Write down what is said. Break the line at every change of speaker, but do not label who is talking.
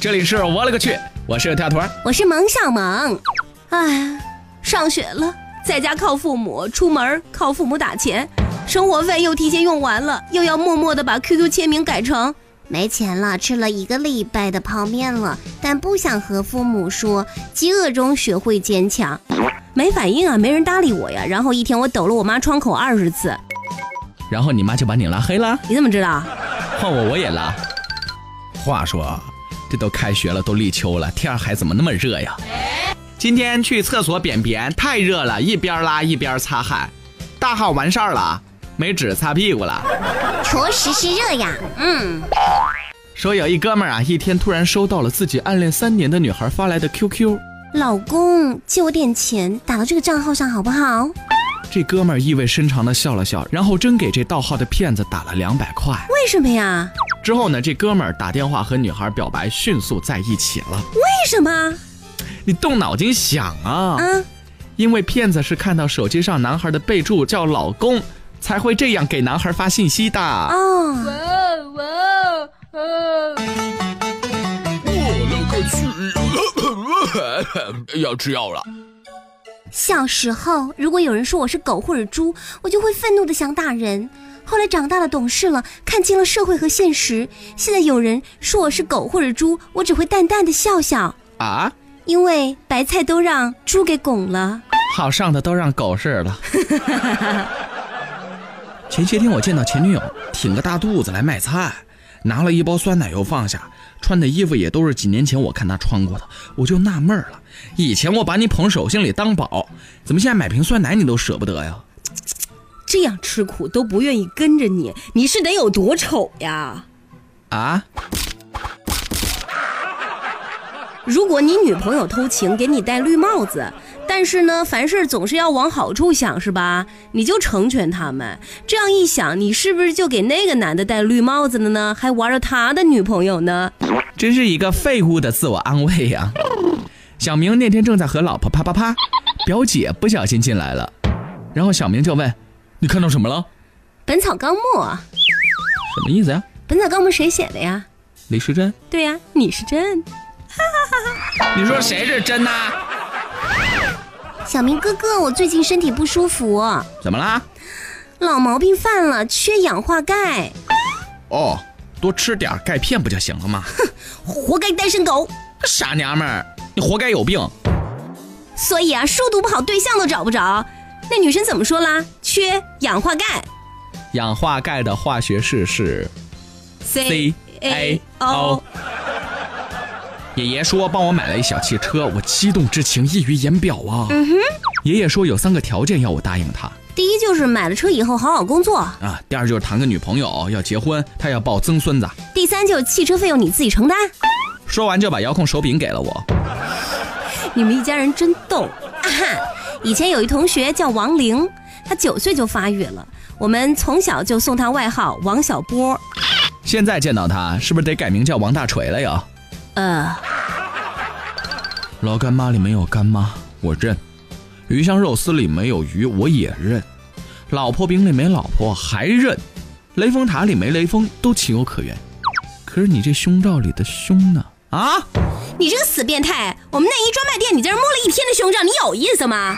这里是我勒个去，我是跳团。
我是萌小萌。哎，上学了，在家靠父母，出门靠父母打钱，生活费又提前用完了，又要默默的把 QQ 签名改成
没钱了，吃了一个礼拜的泡面了，但不想和父母说。饥饿中学会坚强。
没反应啊，没人搭理我呀。然后一天我抖了我妈窗口二十次，
然后你妈就把你拉黑了，
你怎么知道？
换我我也拉。话说啊，这都开学了，都立秋了，天儿还怎么那么热呀？今天去厕所便便，太热了，一边拉一边擦汗。大号完事儿了，没纸擦屁股了。
确实是热呀，
嗯，
说有一哥们儿啊，一天突然收到了自己暗恋三年的女孩发来的 QQ，
老公借我点钱，打到这个账号上好不好？
这哥们儿意味深长的笑了笑，然后真给这盗号的骗子打了两百块。
为什么呀？
之后呢，这哥们儿打电话和女孩表白，迅速在一起了。
为什么？
你动脑筋想啊，
啊，
因为骗子是看到手机上男孩的备注叫老公，才会这样给男孩发信息的。
哦，
要吃药了。
小时候，如果有人说我是狗或者猪，我就会愤怒的想打人。后来长大了，懂事了，看清了社会和现实。现在有人说我是狗或者猪，我只会淡淡的笑笑，
啊，
因为白菜都让猪给拱了。
好上的都让狗似 的。前些天我见到前女友挺个大肚子来卖菜，拿了一包酸奶油放下，穿的衣服也都是几年前我看她穿过的，我就纳闷儿了，以前我把你捧手心里当宝，怎么现在买瓶酸奶你都舍不得呀？
这样吃苦都不愿意跟着你，你是得有多丑呀？
啊，
如果你女朋友偷情给你戴绿帽子，但是呢，凡事总是要往好处想，是吧？你就成全他们。这样一想，你是不是就给那个男的戴绿帽子了呢？还玩着他的女朋友呢？
真是一个废物的自我安慰呀、小明那天正在和老婆啪啪啪，表姐不小心进来了，然后小明就问：“你看到什么了？
《本草纲目》，《
什么意思呀、
本草纲目》谁写的呀？
李时珍。
对呀、你是真。
你说谁是真呐、
小明哥哥，我最近身体不舒服，
怎么啦？
老毛病犯了，缺氧化钙，
哦，多吃点钙片不就行了吗？
活该单身狗。
傻娘们儿，你活该有病！
所以啊，书读不好，对象都找不着。那女生怎么说啦？缺氧化钙。
氧化钙的化学式是
C
C A O。爷爷说帮我买了一小汽车，我激动之情溢于言表啊！爷爷说有三个条件要我答应他
第一就是买了车以后好好工作，
啊，第二就是谈个女朋友，要结婚，他要抱曾孙子。
第三就是汽车费用你自己承担。
说完就把遥控手柄给了我。
你们一家人真逗啊哈！以前有一同学叫王玲，她九岁就发育了，我们从小就送她外号王小波。
现在见到他，是不是得改名叫王大锤了呀？
呃，
老干妈里没有干妈，我认；鱼香肉丝里没有鱼，我也认；老婆饼里没老婆，还认；雷峰塔里没雷锋，都情有可原。可是你这胸罩里的胸呢？啊！
你这个死变态！我们内衣专卖店你在这摸了一天的胸罩，你有意思吗？